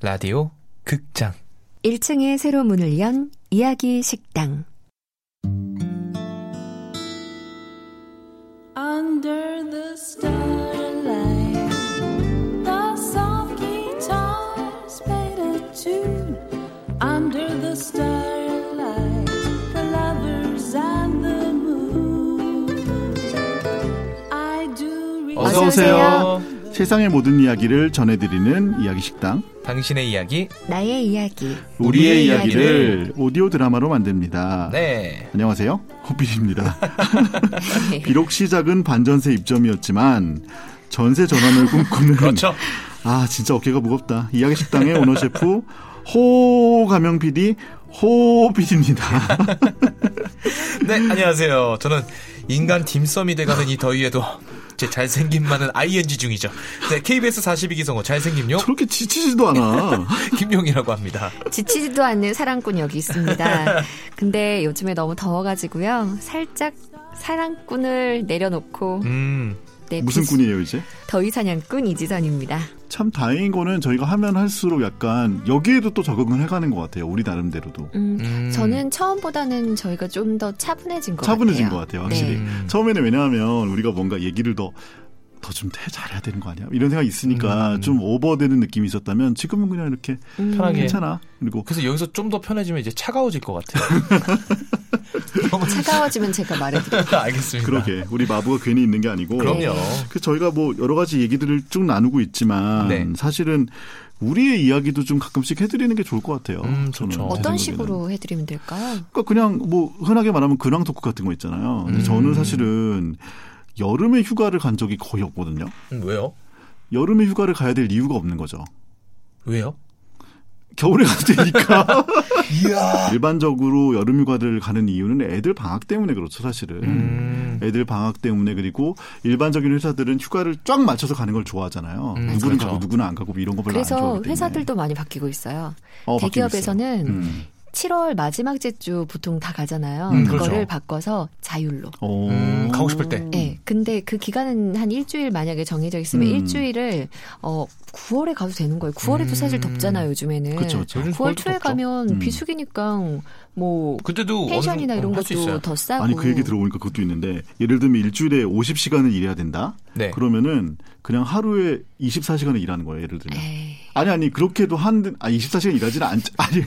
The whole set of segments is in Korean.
라디오 극장 1층에 새로 문을 연 이야기 식당. Under the starlight, the soft guitars played a tune. Under the starlight, the lovers and the moon. I do 어서 remember- 오세요. 세상의 모든 이야기를 전해드리는 이야기 식당 당신의 이야기 나의 이야기. 우리의 이야기를 오디오 드라마로 만듭니다. 네 안녕하세요. 호빈입니다. 비록 시작은 반전세 입점이었지만 전세 전환을 꿈꾸는 그렇죠 아 진짜 어깨가 무겁다. 이야기 식당의 오너 셰프 호 가명 PD 호빈입니다. 네 안녕하세요 저는 인간 딤섬이 돼가는 이 더위에도 제 잘생김만은 ING 중이죠 네 KBS 42기 성우 잘생김용 저렇게 지치지도 않아. 김용이라고 합니다 지치지도 않는 사랑꾼 여기 있습니다. 근데 요즘에 너무 더워가지고요. 살짝 사랑꾼을 내려놓고 음 네, 무슨 비지- 꾼이에요 이제? 더위 사냥꾼 이지선입니다. 참 다행인 거는 저희가 하면 할수록 약간 여기에도 또 적응을 해가는 것 같아요. 우리 나름대로도. 음, 음. 저는 처음보다는 저희가 좀 더 차분해진 것 차분해진 것 같아요. 네. 같아요, 확실히. 음. 처음에는 왜냐하면 우리가 뭔가 얘기를 더, 더 좀 잘해야 되는 거 아니야? 이런 생각이 있으니까 음. 좀 오버되는 느낌이 있었다면 지금은 그냥 이렇게 음, 편하게. 예. 괜찮아. 그리고 그래서 여기서 좀 더 편해지면 이제 차가워질 것 같아요 뭐 차가워지면 제가 말해드릴게요. 알겠습니다 그러게. 우리 마부가 괜히 있는 게 아니고. 그럼요 그래서 저희가 뭐 여러 가지 얘기들을 쭉 나누고 있지만 네. 사실은 우리의 이야기도 좀 가끔씩 해드리는 게 좋을 것 같아요. 음, 좋죠. 저는 제 어떤 생각에는. 식으로 해드리면 될까요? 그러니까 그냥 뭐 흔하게 말하면 근황 토크 같은 거 있잖아요. 근데 음. 저는 사실은 여름에 휴가를 간 적이 거의 없거든요. 음, 왜요 여름에 휴가를 가야 될 이유가 없는 거죠. 왜요 겨울에 가도 되니까. 이야 일반적으로 여름 휴가를 가는 이유는 애들 방학 때문에 그렇죠, 사실은. 음. 애들 방학 때문에 그리고 일반적인 회사들은 휴가를 쫙 맞춰서 가는 걸 좋아하잖아요. 음, 누구는 그렇죠. 가고 누구는 안 가고 뭐 이런 거 별로 안 그래서 좋아하기 때문에. 회사들도 많이 바뀌고 있어요. 어, 바뀌고 대기업에서는 있어요. 음. 7월 마지막 제주 보통 다 가잖아요. 음, 그거를 그렇죠. 바꿔서 자율로. 어. 음, 가고 싶을 때. 예. 근데 그 기간은 한 일주일 만약에 정해져 있으면 음. 일주일을 어 9월에 가도 되는 거예요. 9월에도 사실 음. 덥잖아요, 요즘에는. 그쵸, 그쵸. 요즘 9월 거의 초에 덥죠. 가면 음. 비수기니까 뭐 그때도 어느 펜션이나 정도 이런 할수 있어요. 것도 더 싸고. 아니 그 얘기 들어보니까 그것도 있는데 예를 들면 일주일에 50시간을 일해야 된다. 네. 그러면은 그냥 하루에 24시간을 일하는 거예요. 예를 들면. 에이, 아니 아니 그렇게도 한 아, 24시간 일하지는 않 아니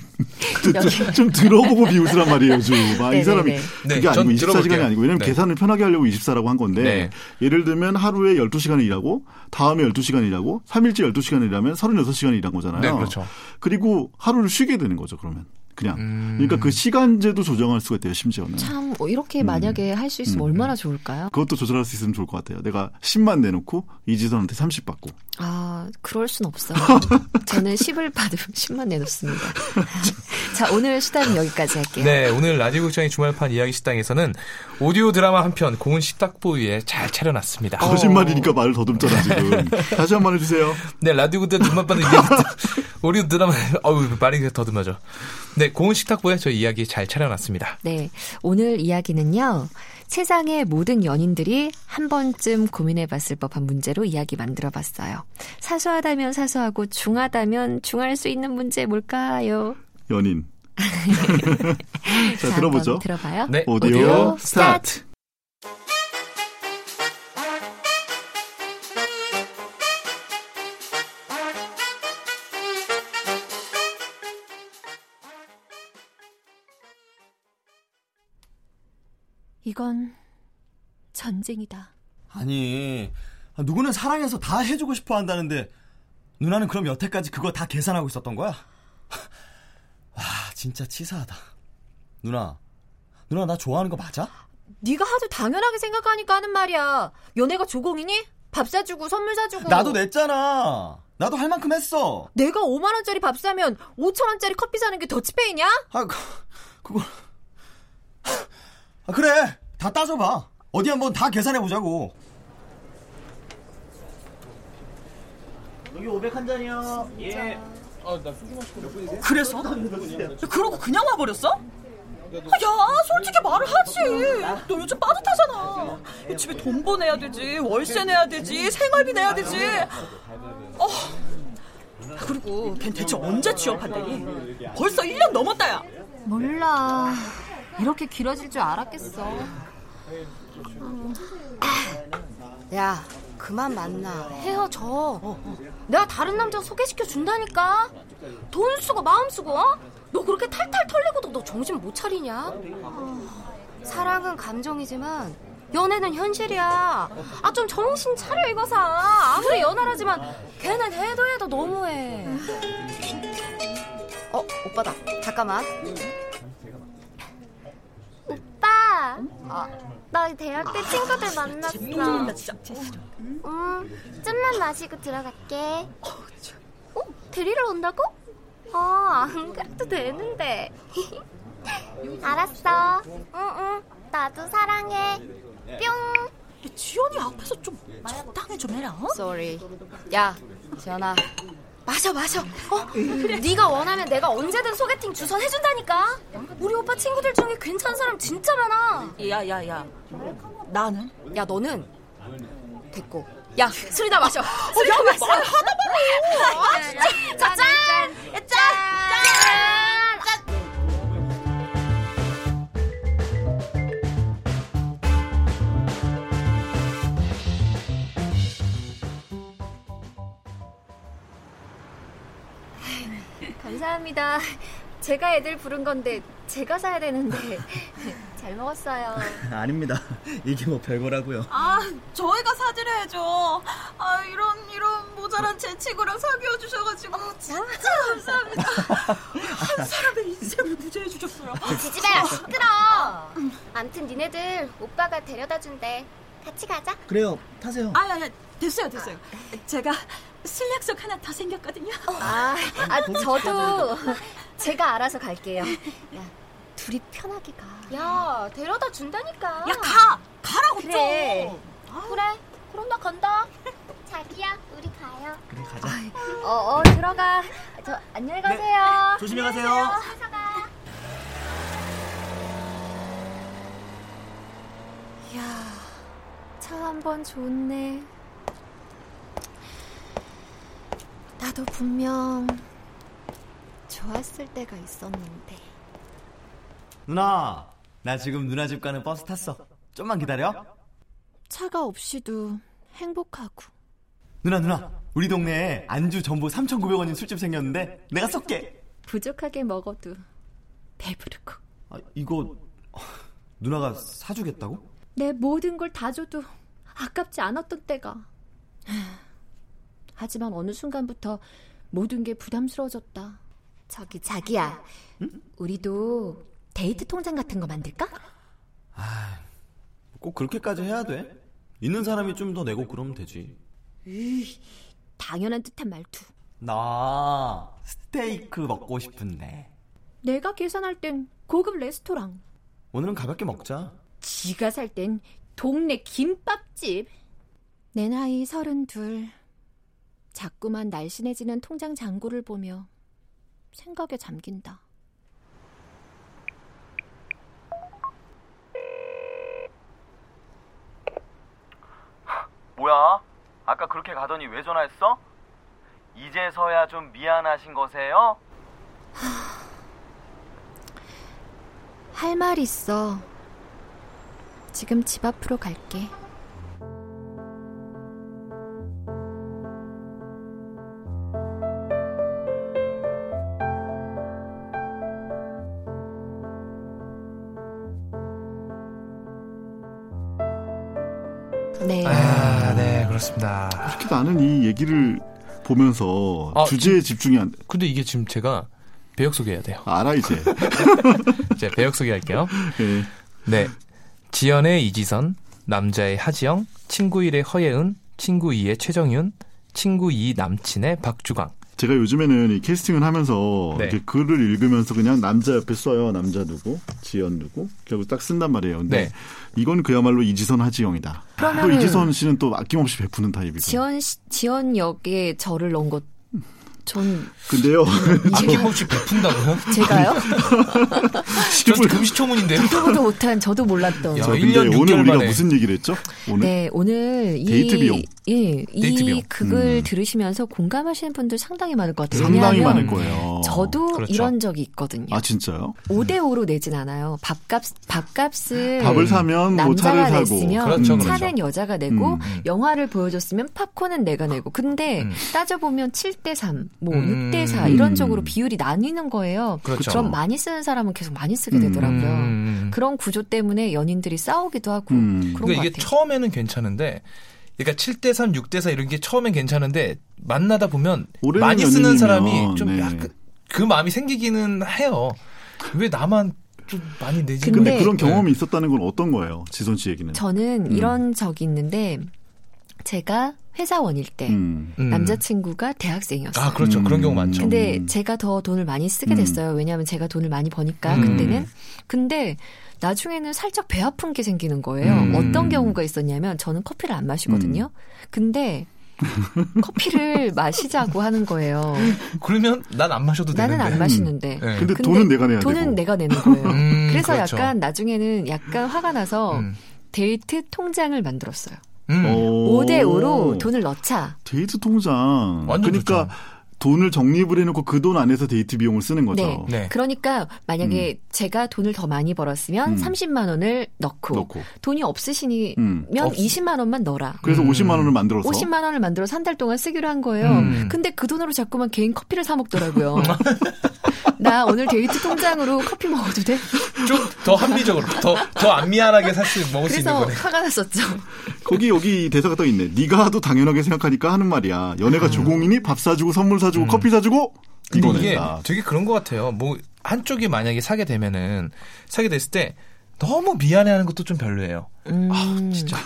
좀- 여기. 좀 들어보고 비웃으란 말이에요 요즘 아, 네네네. 이 사람이 네, 그게 전 아니고 24시간이 들어볼게요. 아니고 왜냐면 네. 계산을 편하게 하려고 24라고 한 건데 네. 예를 들면 하루에 12시간을 일하고 다음에 12시간 일하고 3일째 12시간 일하면 36시간 일한 거잖아요 네, 그렇죠. 리고 하루를 쉬게 되는 거죠 그러면 그냥 음. 그러니까 그 시간제도 조정할 수가 있대요 심지어는 참 어, 음. 이렇게 만약에 할 수 있으면 음. 얼마나 좋을까요? 그것도 조절할 수 있으면 좋을 것 같아요 내가 10만 내놓고 이지선한테 30 받고 아, 그럴 순 없어요. 저는 10을 받으면 10만 내놓습니다. 자, 오늘 수다는 여기까지 할게요. 네, 오늘 라디오 극장의 주말판 이야기 식당에서는 오디오 드라마 한 편 고운 식탁보 위에 잘 차려놨습니다. 어. 거짓말이니까 말을 더듬잖아 지금 다시 한 번 해주세요 네, 라디오 극장 눈만 봐도 이야기 오디오 드라마 어우 말이 더듬어져. 네, 고운 식탁보에 저희 이야기 잘 차려놨습니다. 네, 오늘 이야기는요. 세상의 모든 연인들이 한 번쯤 고민해봤을 법한 문제로 이야기 만들어봤어요. 사소하다면 사소하고 중하다면 중할 수 있는 문제 뭘까요? 연인. 자, 자, 들어보죠. 한번 들어봐요. 네, 오디오, 오디오 스타트. 이건 전쟁이다. 아니 누구는 사랑해서 다 해주고 싶어 한다는데 누나는 그럼 여태까지 그거 다 계산하고 있었던 거야? 와 진짜 치사하다 누나 누나 나 좋아하는 거 맞아? 네가 하도 당연하게 생각하니까 하는 말이야. 연애가 조공이니? 밥 사주고 선물 사주고. 뭐. 나도 냈잖아 나도 할 만큼 했어 내가 5만 원짜리 밥 사면 5천 원짜리 커피 사는 게 더치페이냐? 아 그, 그걸 아, 그래 다 따져봐 어디 한번 다 계산해보자고 여기 500 한 잔이요 그래서? 그러고 그냥 와버렸어? 야, 솔직히 말을 하지. 너 요즘 빠듯하잖아. 집에 돈 보내야 되지, 월세 내야 되지, 생활비 내야 되지. 어, 그리고 걘 대체 언제 취업한대니? 벌써 1년 넘었다야. 몰라. 이렇게 길어질 줄 알았겠어. 음. 야, 그만 만나. 헤어져. 내가 다른 남자 소개시켜 준다니까. 돈 쓰고 마음 쓰고. 어? 너 그렇게 탈탈 털리고도 너 정신 못 차리냐? 아, 사랑은 감정이지만 연애는 현실이야. 아 좀 정신 차려 이거사. 아무리 연하라지만 걔는 해도 해도 너무해. 어, 오빠다. 잠깐만. 오빠, 나 대학 때 친구들 만났어. 진짜. 음, 좀만 마시고 들어갈게. 어? 데리러 온다고? 아, 안 그래도 되는데. 알았어. 응, 응. 나도 사랑해. 뿅. 지연이 앞에서 좀 적당히 좀 해라. 어? 쏘리. 야, 지연아. 마셔 마셔. 어? 네가 원하면 내가 언제든 소개팅 주선 해준다니까. 우리 오빠 친구들 중에 괜찮은 사람 진짜 많아. 야야야. 나는 야 너는 됐고. 야 술이나 마셔. 술이나 마셔. 아, 네, 진짜. 자, 짠. 짠. 짠. 감사합니다. 제가 애들 부른 건데 제가 사야 되는데 잘 먹었어요. 아닙니다. 이게 뭐 별거라고요. 아, 저희가 사드려야죠. 아, 이런, 이런 모자란 제 친구랑 사귀어 주셔가지고. 진짜 감사합니다. 한 사람의 인생을 구제해 주셨어요. 지지배야, 시끄러. 아, 암튼 니네들 오빠가 데려다 준대. 같이 가자. 그래요. 타세요. 아, 야, 야, 됐어요, 됐어요. 제가 술 약속 하나 더 생겼거든요. 아, 아 저도 제가 알아서 갈게요. 둘이 편하게 가. 야 데려다 준다니까. 야, 가! 가라고 그래. 좀! 아. 그래. 그럼 나 간다. 자기야, 우리 가요. 그래, 가자. 어, 어 들어가. 저 안녕히 네. 가세요. 조심히 가세요. 어서 가. 차 한 번 좋네. 나도 분명 좋았을 때가 있었는데. 누나, 나 지금 누나 집 가는 버스 탔어. 좀만 기다려. 차가 없이도 행복하고. 누나, 누나, 우리 동네에 안주 전부 3,900원인 술집 생겼는데 내가 쏠게. 부족하게 먹어도 배부르고. 아, 이거 누나가 사주겠다고? 내 모든 걸 다 줘도 아깝지 않았던 때가. 하지만 어느 순간부터 모든 게 부담스러워졌다. 저기 자기야. 우리도 데이트 통장 같은 거 만들까? 꼭 그렇게까지 해야 돼? 있는 사람이 좀 더 내고 그러면 되지. 당연한 듯한 말투. 나 스테이크 먹고 싶은데. 내가 계산할 땐 고급 레스토랑. 오늘은 가볍게 먹자. 지가 살 땐 동네 김밥집. 내 나이 서른둘. 자꾸만 날씬해지는 통장 잔고를 보며 생각에 잠긴다. 뭐야? 아까 그렇게 가더니 왜 전화했어? 이제서야 좀 미안하신 거세요? 할 말 있어. 지금 집 앞으로 갈게. 네. 아, 네, 그렇습니다. 특히 나는 이 얘기를 보면서 아, 주제에 집중이 안 근데 이게 지금 제가 배역 소개해야 돼요. 알아 이제. 제 배역 소개할게요. 예. 네. 지연의 이지선, 남자의 하지영, 친구 1의 허예은, 친구 2의 최정윤, 친구 2 남친의 박주광. 제가 요즘에는 이 캐스팅을 하면서 네. 이렇게 글을 읽으면서 그냥 남자 옆에 써요. 남자 누구, 지연 누구. 결국 딱 쓴단 말이에요. 근데 네. 이건 그야말로 이지선 하지영이다. 또 그러면은- 이지선 씨는 또 아낌없이 베푸는 타입이고. 지연 씨- 지연 역에 저를 넣은 것 전 근데요. 이게 혹시 베푼다고요? 제가요? 전 금시초문인데요. 듣보도 못한 저도 몰랐던. 야, 자, 근데 아, 1년 6개월 오늘 우리가 만에. 무슨 얘기를 했죠? 오늘 네, 오늘 이 데이트 비용. 예, 데이트 이 비용. 글을 음. 들으시면서 공감하시는 분들 상당히 많을 것 같아요. 상당히 왜냐하면 많을 거예요. 어. 저도 그렇죠. 이런 적이 있거든요. 아 진짜요? 오 5대 5로 내진 않아요. 밥값 밥값을 밥을 사면 뭐 차를 네. 남자가 사고 냈으면 그렇죠, 그렇죠. 차는 여자가 내고 음. 영화를 보여줬으면 팝콘은 내가 내고 근데 음. 따져보면 7대 3, 뭐 음. 6대 4 이런 음. 쪽으로 비율이 나뉘는 거예요. 그렇죠. 럼 많이 쓰는 사람은 계속 많이 쓰게 음. 되더라고요. 음. 그런 구조 때문에 연인들이 싸우기도 하고 음. 그런 그러니까 것 이게 같아요. 처음에는 괜찮은데 그러니까 7대 3, 6대 4 이런 게 처음엔 괜찮은데 만나다 보면 오래된 많이 쓰는 연인이면, 사람이 좀 네. 약간 그 마음이 생기기는 해요. 왜 나만 좀 많이 내지? 근데 근데- 그런 네. 경험이 있었다는 건 어떤 거예요? 지선 씨 얘기는. 저는 음. 이런 적이 있는데 제가 회사원일 때 음. 음. 남자친구가 대학생이었어요. 아 그렇죠. 그런 경우 많죠. 근데 음. 제가 더 돈을 많이 쓰게 음. 됐어요. 왜냐하면 제가 돈을 많이 버니까 음. 그때는. 근데 나중에는 살짝 배 아픈 게 생기는 거예요. 음. 어떤 경우가 있었냐면 저는 커피를 안 마시거든요. 음. 근데 커피를 마시자고 하는 거예요. 어, 그러면 난 안 마셔도 되는데. 나는 안 마시는데. 네. 음. 근데 돈은 내가 내야 돈은 되고. 내가 내는 거예요. 음, 그래서 그렇죠. 약간 나중에는 약간 화가 나서 음. 데이트 통장을 만들었어요. 음. 오. 5대 5로 돈을 넣자. 데이트 통장. 완전 그러니까 좋죠. 돈을 적립을 해놓고 그 돈 안에서 데이트 비용을 쓰는 거죠. 네. 그러니까 만약에 제가 돈을 더 많이 벌었으면 음. 30만 원을 넣고, 넣고. 돈이 없으시면 음. 없- 20만 원만 넣어라. 그래서 음. 50만 원을 만들어서 50만 원을 만들어서 한 달 동안 쓰기로 한 거예요. 음. 근데 그 돈으로 자꾸만 개인 커피를 사 먹더라고요. 나 오늘 데이트 통장으로 커피 먹어도 돼? 좀 더 합리적으로 더 더 안 미안하게 사실 먹을 수 있는 그래서 거네. 화가 났었죠. 거기 여기 대사가 떠 있네. 네가 하도 당연하게 생각하니까 하는 말이야. 연애가 조공이니 밥 사주고 선물 사주고 커피 사주고 음. 근데 이거네. 아. 이게 다. 되게 그런 것 같아요. 뭐 한쪽이 만약에 사게 되면은 사게 됐을 때 너무 미안해하는 것도 좀 별로예요. 아 진짜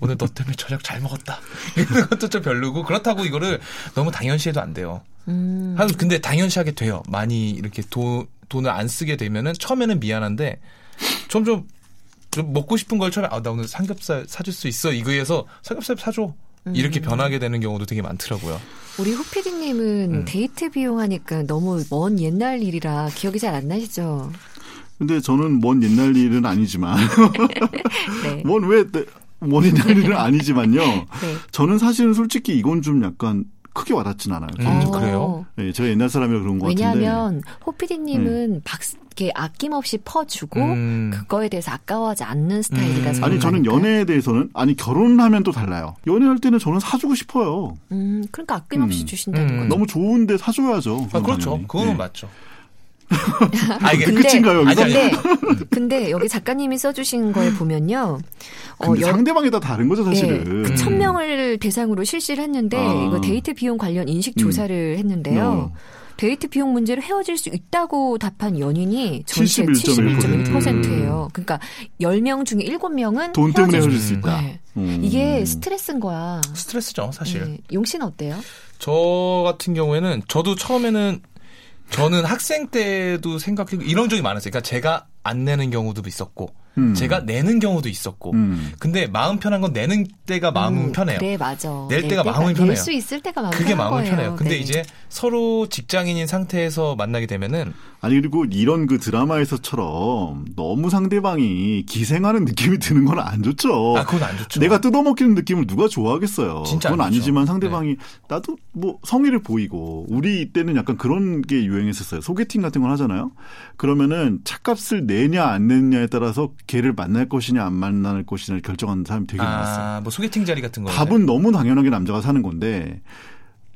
오늘 너 때문에 저녁 잘 먹었다 이런 것도 좀 별로고 그렇다고 이거를 너무 당연시해도 안 돼요. 한 근데 당연시하게 돼요. 많이 이렇게 돈 돈을 안 쓰게 되면은 처음에는 미안한데 점점 좀 먹고 싶은 걸 처음에 아 나 오늘 삼겹살 사줄 수 있어 이거에서 삼겹살 사줘 이렇게 변하게 되는 경우도 되게 많더라고요. 우리 후피디님은 음. 데이트 비용 하니까 너무 먼 옛날 일이라 기억이 잘 안 나시죠? 근데 저는 먼 옛날 일은 아니지만 네. 뭔왜먼 옛날 일은 아니지만요. 저는 사실은 솔직히 이건 좀 약간 크게 와닿진 않아요. 음, 어, 그래요? 예, 제가 옛날 사람이라 그런 것 같은데. 음. 왜냐하면 호피디님은 박 이렇게 아낌없이 퍼주고 음. 그거에 대해서 아까워하지 않는 스타일이라서 음. 아니 저는 그런가니까. 연애에 대해서는 아니 결혼하면 또 달라요. 연애할 때는 저는 사주고 싶어요. 음, 그러니까 아낌없이 음. 주신다는 음. 거죠. 너무 좋은데 사줘야죠. 아 그렇죠. 당연히. 그거는 예. 맞죠. 아 이게 근데 그 끝인가요, 여기서? 아니, 근데 네. 근데 여기 작가님이 써주신 거에 보면요, 어, 근데 여- 상대방이 다 다른 거죠 네, 사실은. 그 첫- 천명을 대상으로 실시를 했는데 아. 이거 데이트 비용 관련 인식 음. 조사를 했는데요. 어. 데이트 비용 문제로 헤어질 수 있다고 답한 연인이 전체 71.1%. 71.1%예요. 그러니까 10명 중에 7명은 돈 때문에 헤어질 수 있다. 네. 음. 이게 스트레스인 거야. 스트레스죠 사실. 네. 용 씨는 어때요? 저 같은 경우에는 저도 처음에는 저는 학생 때도 생각해 이런 적이 많았어요. 그러니까 제가 안 내는 경우도 있었고 음. 제가 내는 경우도 있었고 음. 근데 마음 편한 건 내는 때가 마음은 음, 편해요. 그래 맞아. 낼 때가 마음이 편해요. 낼수 있을 때가 마음 그게 편한 마음은 거예요. 편해요. 근데 네. 이제 서로 직장인인 상태에서 만나게 되면은 아니 그리고 이런 그 드라마에서처럼 너무 상대방이 기생하는 느낌이 드는 건 안 좋죠. 아 그건 안 좋죠. 어, 내가 뜯어먹히는 느낌을 누가 좋아하겠어요. 진짜 그건 안 좋죠. 네. 아니지만 상대방이 나도 뭐 성의를 보이고 우리 때는 약간 그런 게 유행했었어요. 소개팅 같은 건 하잖아요. 그러면은 차값을 내냐 안 내냐에 따라서 걔를 만날 것이냐 안 만날 것이냐를 결정하는 사람이 되게 많았어요. 아뭐 소개팅 자리 같은 거 답은 너무 당연하게 남자가 사는 건데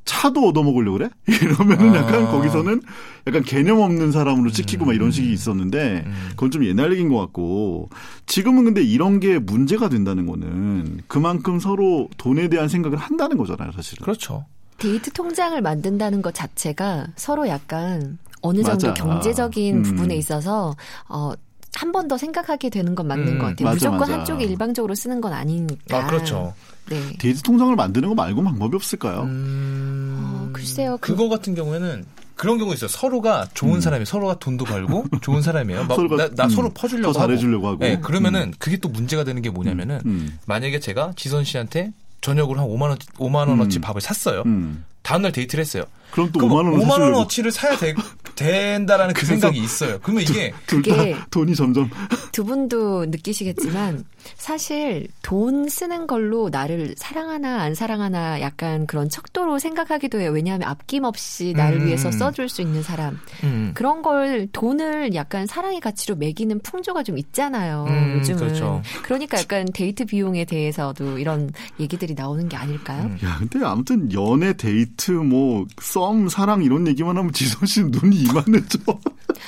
차도 얻어먹으려고 그래? 이러면은 아. 약간 거기서는 약간 개념 없는 사람으로 찍히고 막 음. 이런 식이 있었는데 그건 좀 옛날 얘기인 것 같고 지금은 근데 이런 게 문제가 된다는 거는 그만큼 서로 돈에 대한 생각을 한다는 거잖아요, 사실은. 그렇죠. 데이트 통장을 만든다는 것 자체가 서로 약간 어느 정도 맞아. 경제적인 음. 부분에 있어서 어, 한 번 더 생각하게 되는 건 맞는 음, 것 같아요. 맞아, 무조건 맞아. 한쪽이 일방적으로 쓰는 건 아니니까. 아 그렇죠. 네. 데이트 통장을 만드는 거 말고 방법이 없을까요? 음... 어, 글쎄요. 그- 그거 같은 경우에는 그런 경우 있어요. 서로가 좋은 사람이 에요 서로가 돈도 벌고 좋은 사람이에요. 막 음. 서로가, 나, 나 음, 서로 퍼주려고 더 잘해주려고 하고. 네, 그러면은 그게 또 문제가 되는 게 뭐냐면은 음. 만약에 제가 지선 씨한테 저녁으로 한 5만 원 5만 원어치 음. 밥을 샀어요. 음. 다음 날 데이트를 했어요. 그럼 또 그럼 5만 원을 5만 사주려고. 원어치를 사야 되, 된다라는 그 생각이 있어요. 그러면 이게 둘 그게- 다 돈이 점점 두 분도 느끼시겠지만 사실 돈 쓰는 걸로 나를 사랑하나 안 사랑하나 약간 그런 척도로 생각하기도 해요. 왜냐하면 앞김 없이 나를 음. 위해서 써줄 수 있는 사람 음, 그런 걸 돈을 약간 사랑의 가치로 매기는 풍조가 좀 있잖아요. 음, 요즘은 그렇죠. 러니까 약간 데이트 비용에 대해서도 이런 얘기들이 나오는 게 아닐까요? 음. 야, 근데 아무튼 연애, 데이트, 뭐, 썸, 사랑 이런 얘기만 하면 지선 씨 눈이 이만해져.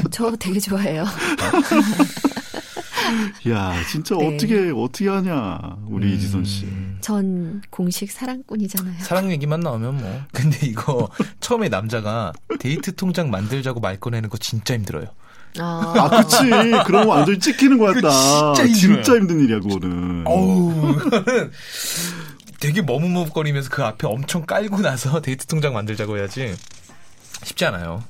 저 되게 좋아해요. 야, 진짜 네. 어떻게 어떻게 하냐 음. 우리 지선 씨. 전 공식 사랑꾼이잖아요. 사랑 얘기만 나오면 뭐. 근데 이거 처음에 남자가 데이트 통장 만들자고 말 꺼내는 거 진짜 힘들어요. 아, 아, 그치. 그런 거 완전히 찍히는 거였다. 그거 진짜 힘들어요. 힘든 일이야, 그거는. 어우, 이거는 되게 머뭇머뭇거리면서 그 앞에 엄청 깔고 나서 데이트 통장 만들자고 해야지. 쉽지 않아요.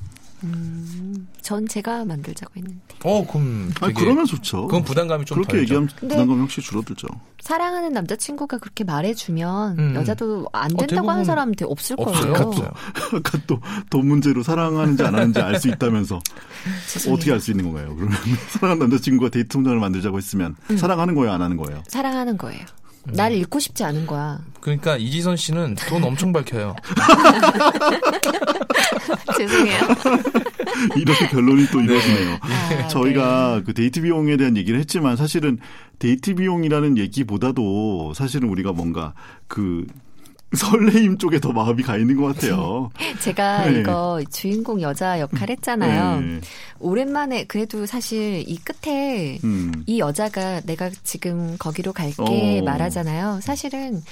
전 제가 만들자고 했는데. 어, 그럼. 아니, 되게- 그러면 좋죠. 그건 부담감이 좀 그렇게 덜죠. 얘기하면 근데- 부담감이 확실히 줄어들죠. 사랑하는 남자친구가 그렇게 말해주면 음. 여자도 안 어, 된다고 대부분 하는 사람 되게 없을 없어요. 거예요. 없어요. 아까 또, 돈 문제로 사랑하는지 안 하는지 알 수 있다면서. 죄송해요. 어떻게 알 수 있는 건가요? 그러면 사랑하는 남자친구가 데이트 통장을 만들자고 했으면 사랑하는 거예요, 안 하는 거예요? 사랑하는 거예요. 음. 날 잃고 싶지 않은 거야. 그러니까 이지선 씨는 돈 엄청 밝혀요. 죄송해요. 이렇게 결론이 또 이러시네요. 아, 저희가 그 데이트 비용에 대한 얘기를 했지만 사실은 데이트 비용이라는 얘기보다도 사실은 우리가 뭔가 그 설레임 쪽에 더 마음이 가 있는 것 같아요. 제가 네. 이거 주인공 여자 역할 했잖아요. 네. 오랜만에 그래도 사실 이 끝에 음. 이 여자가 내가 지금 거기로 갈게 어. 말하잖아요. 사실은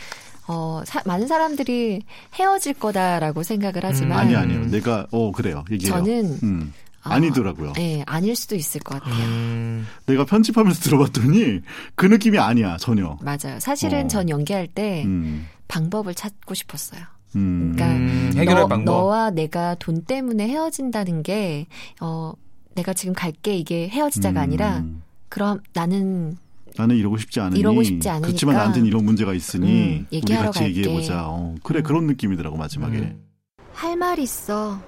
어, 사- 많은 사람들이 헤어질 거다라고 생각을 하지만 음, 아니 아니요. 내가 어 그래요. 얘기해요. 네. 저는 음. 아, 아니더라고요. 네, 아닐 수도 있을 것 같아요. 음, 내가 편집하면서 들어봤더니 그 느낌이 아니야 전혀. 맞아요. 사실은 어. 전 연기할 때 음. 방법을 찾고 싶었어요. 음. 네. 그러니까 음, 해결할 너, 방법. 너와 내가 돈 때문에 헤어진다는 게 어, 내가 지금 갈게 이게 헤어지자가 아니라 음. 그럼 나는 나는 이러고 싶지 않으니 이러고 싶지 않으니까. 그렇지만 나한테는 이런 문제가 있으니 음, 우리 얘기하러 같이 갈게. 얘기해 보자. 어, 그래 그런 느낌이더라고 마지막에. 음. 할 말 있어.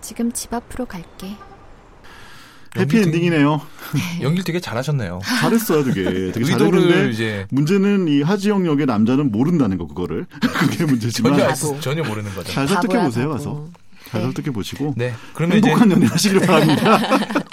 지금 집 앞으로 갈게. 네, 해피 엔딩이네요. 연기를 되게 잘하셨네요. 잘했어요, 되게. 되게 의도를 잘했는데 이제 문제는 이 하지영 역의 남자는 모른다는 거 그거를 그게 문제지만 전혀 알 바보. 수, 전혀 모르는 거죠. 잘 설득해 바보야, 보세요, 바보. 가서 잘 네. 설득해 보시고 네. 그러면 이제 행복한 연애 하시길 바랍니다.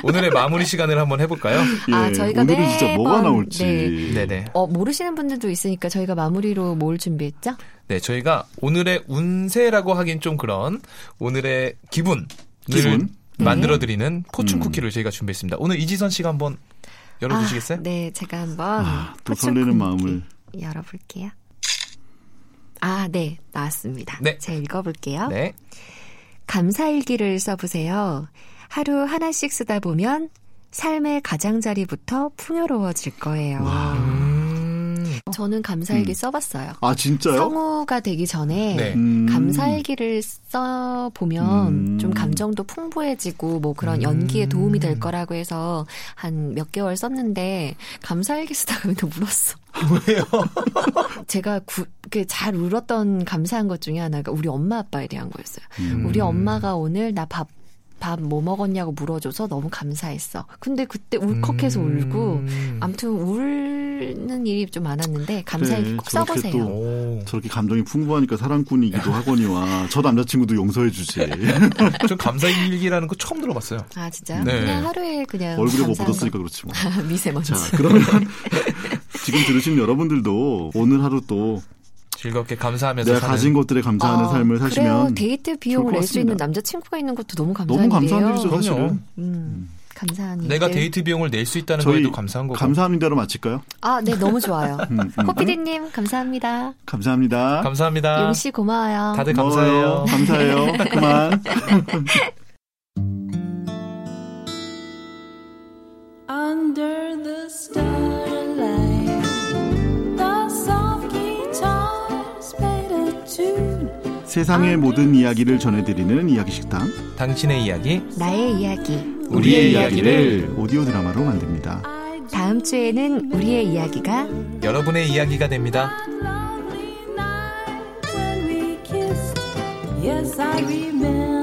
오늘의 마무리 시간을 한번 해볼까요? 예, 아, 저희가 오늘은 진짜 뭐가 매번, 나올지. 네. 네네. 어, 모르시는 분들도 있으니까 저희가 마무리로 뭘 준비했죠? 네, 저희가 오늘의 운세라고 하긴 좀 그런 오늘의 기분. 기분? 만들어드리는 포춘 음. 쿠키를 저희가 준비했습니다. 오늘 이지선 씨가 한번 열어주시겠어요? 아, 네, 제가 한번 아, 또 포춘 쿠키 설레는 마음을. 열어볼게요. 아, 네, 나왔습니다. 네. 제가 읽어볼게요. 네. 감사일기를 써보세요. 하루 하나씩 쓰다 보면 삶의 가장자리부터 풍요로워질 거예요. 음. 저는 감사일기 음. 써봤어요. 아, 진짜요? 성우가 되기 전에 네. 음. 감사일기를 써 보면 음. 좀 감정도 풍부해지고 뭐 그런 연기에 도움이 될 거라고 해서 한 몇 개월 썼는데 감사일기 쓰다가 맨날 울었어. 왜요? 제가 구, 그잘 울었던 감사한 것 중에 하나가 우리 엄마 아빠에 대한 거였어요. 음. 우리 엄마가 오늘 나 밥 밥 뭐 먹었냐고 물어줘서 너무 감사했어. 근데 그때 울컥해서 음. 울고 음. 아무튼 울는 일이 좀 많았는데 감사일기 그래, 꼭 네, 저렇게 써보세요. 또 오. 저렇게 감정이 풍부하니까 사랑꾼이기도 하거니와 저 남자친구도 용서해 주지. 저 감사일기라는 거 처음 들어봤어요. 아 진짜요? 네. 그냥 하루에 그냥 얼굴에 뭐 감사한 묻었으니까 그렇지 뭐. 거. 미세먼지. 자, 그러면 지금 들으신 여러분들도 오늘 하루 또 즐겁게 감사하면서 내가 사는 가진 것들에 감사하는 어, 삶을 그래요. 사시면 데이트 비용을 좋을 것 낼 수 있는 같습니다. 남자친구가 있는 것도 너무 감사한 너무 감사한 일이에요. 일이죠, 그럼요. 사실은. 음, 감사한 일. 내가 데이트 비용을 낼 수 있다는 저희 거에도 감사한 거고 감사합니다로 마칠까요? 아, 네, 너무 좋아요. 음, 음. 코피디님 감사합니다. 감사합니다. 감사합니다. 용씨 고마워요. 아, 다들 감사해요. 고마워요. 감사해요. 그만. Under the starlight, the soft guitars played a tune. 세상의 모든 이야기를 전해드리는 이야기 식당. 당신의 이야기 나의 이야기. 우리의 이야기를 오디오 드라마로 만듭니다. 다음 주에는 우리의 이야기가 여러분의 이야기가 됩니다. That lovely night when we kissed Yes, I remember.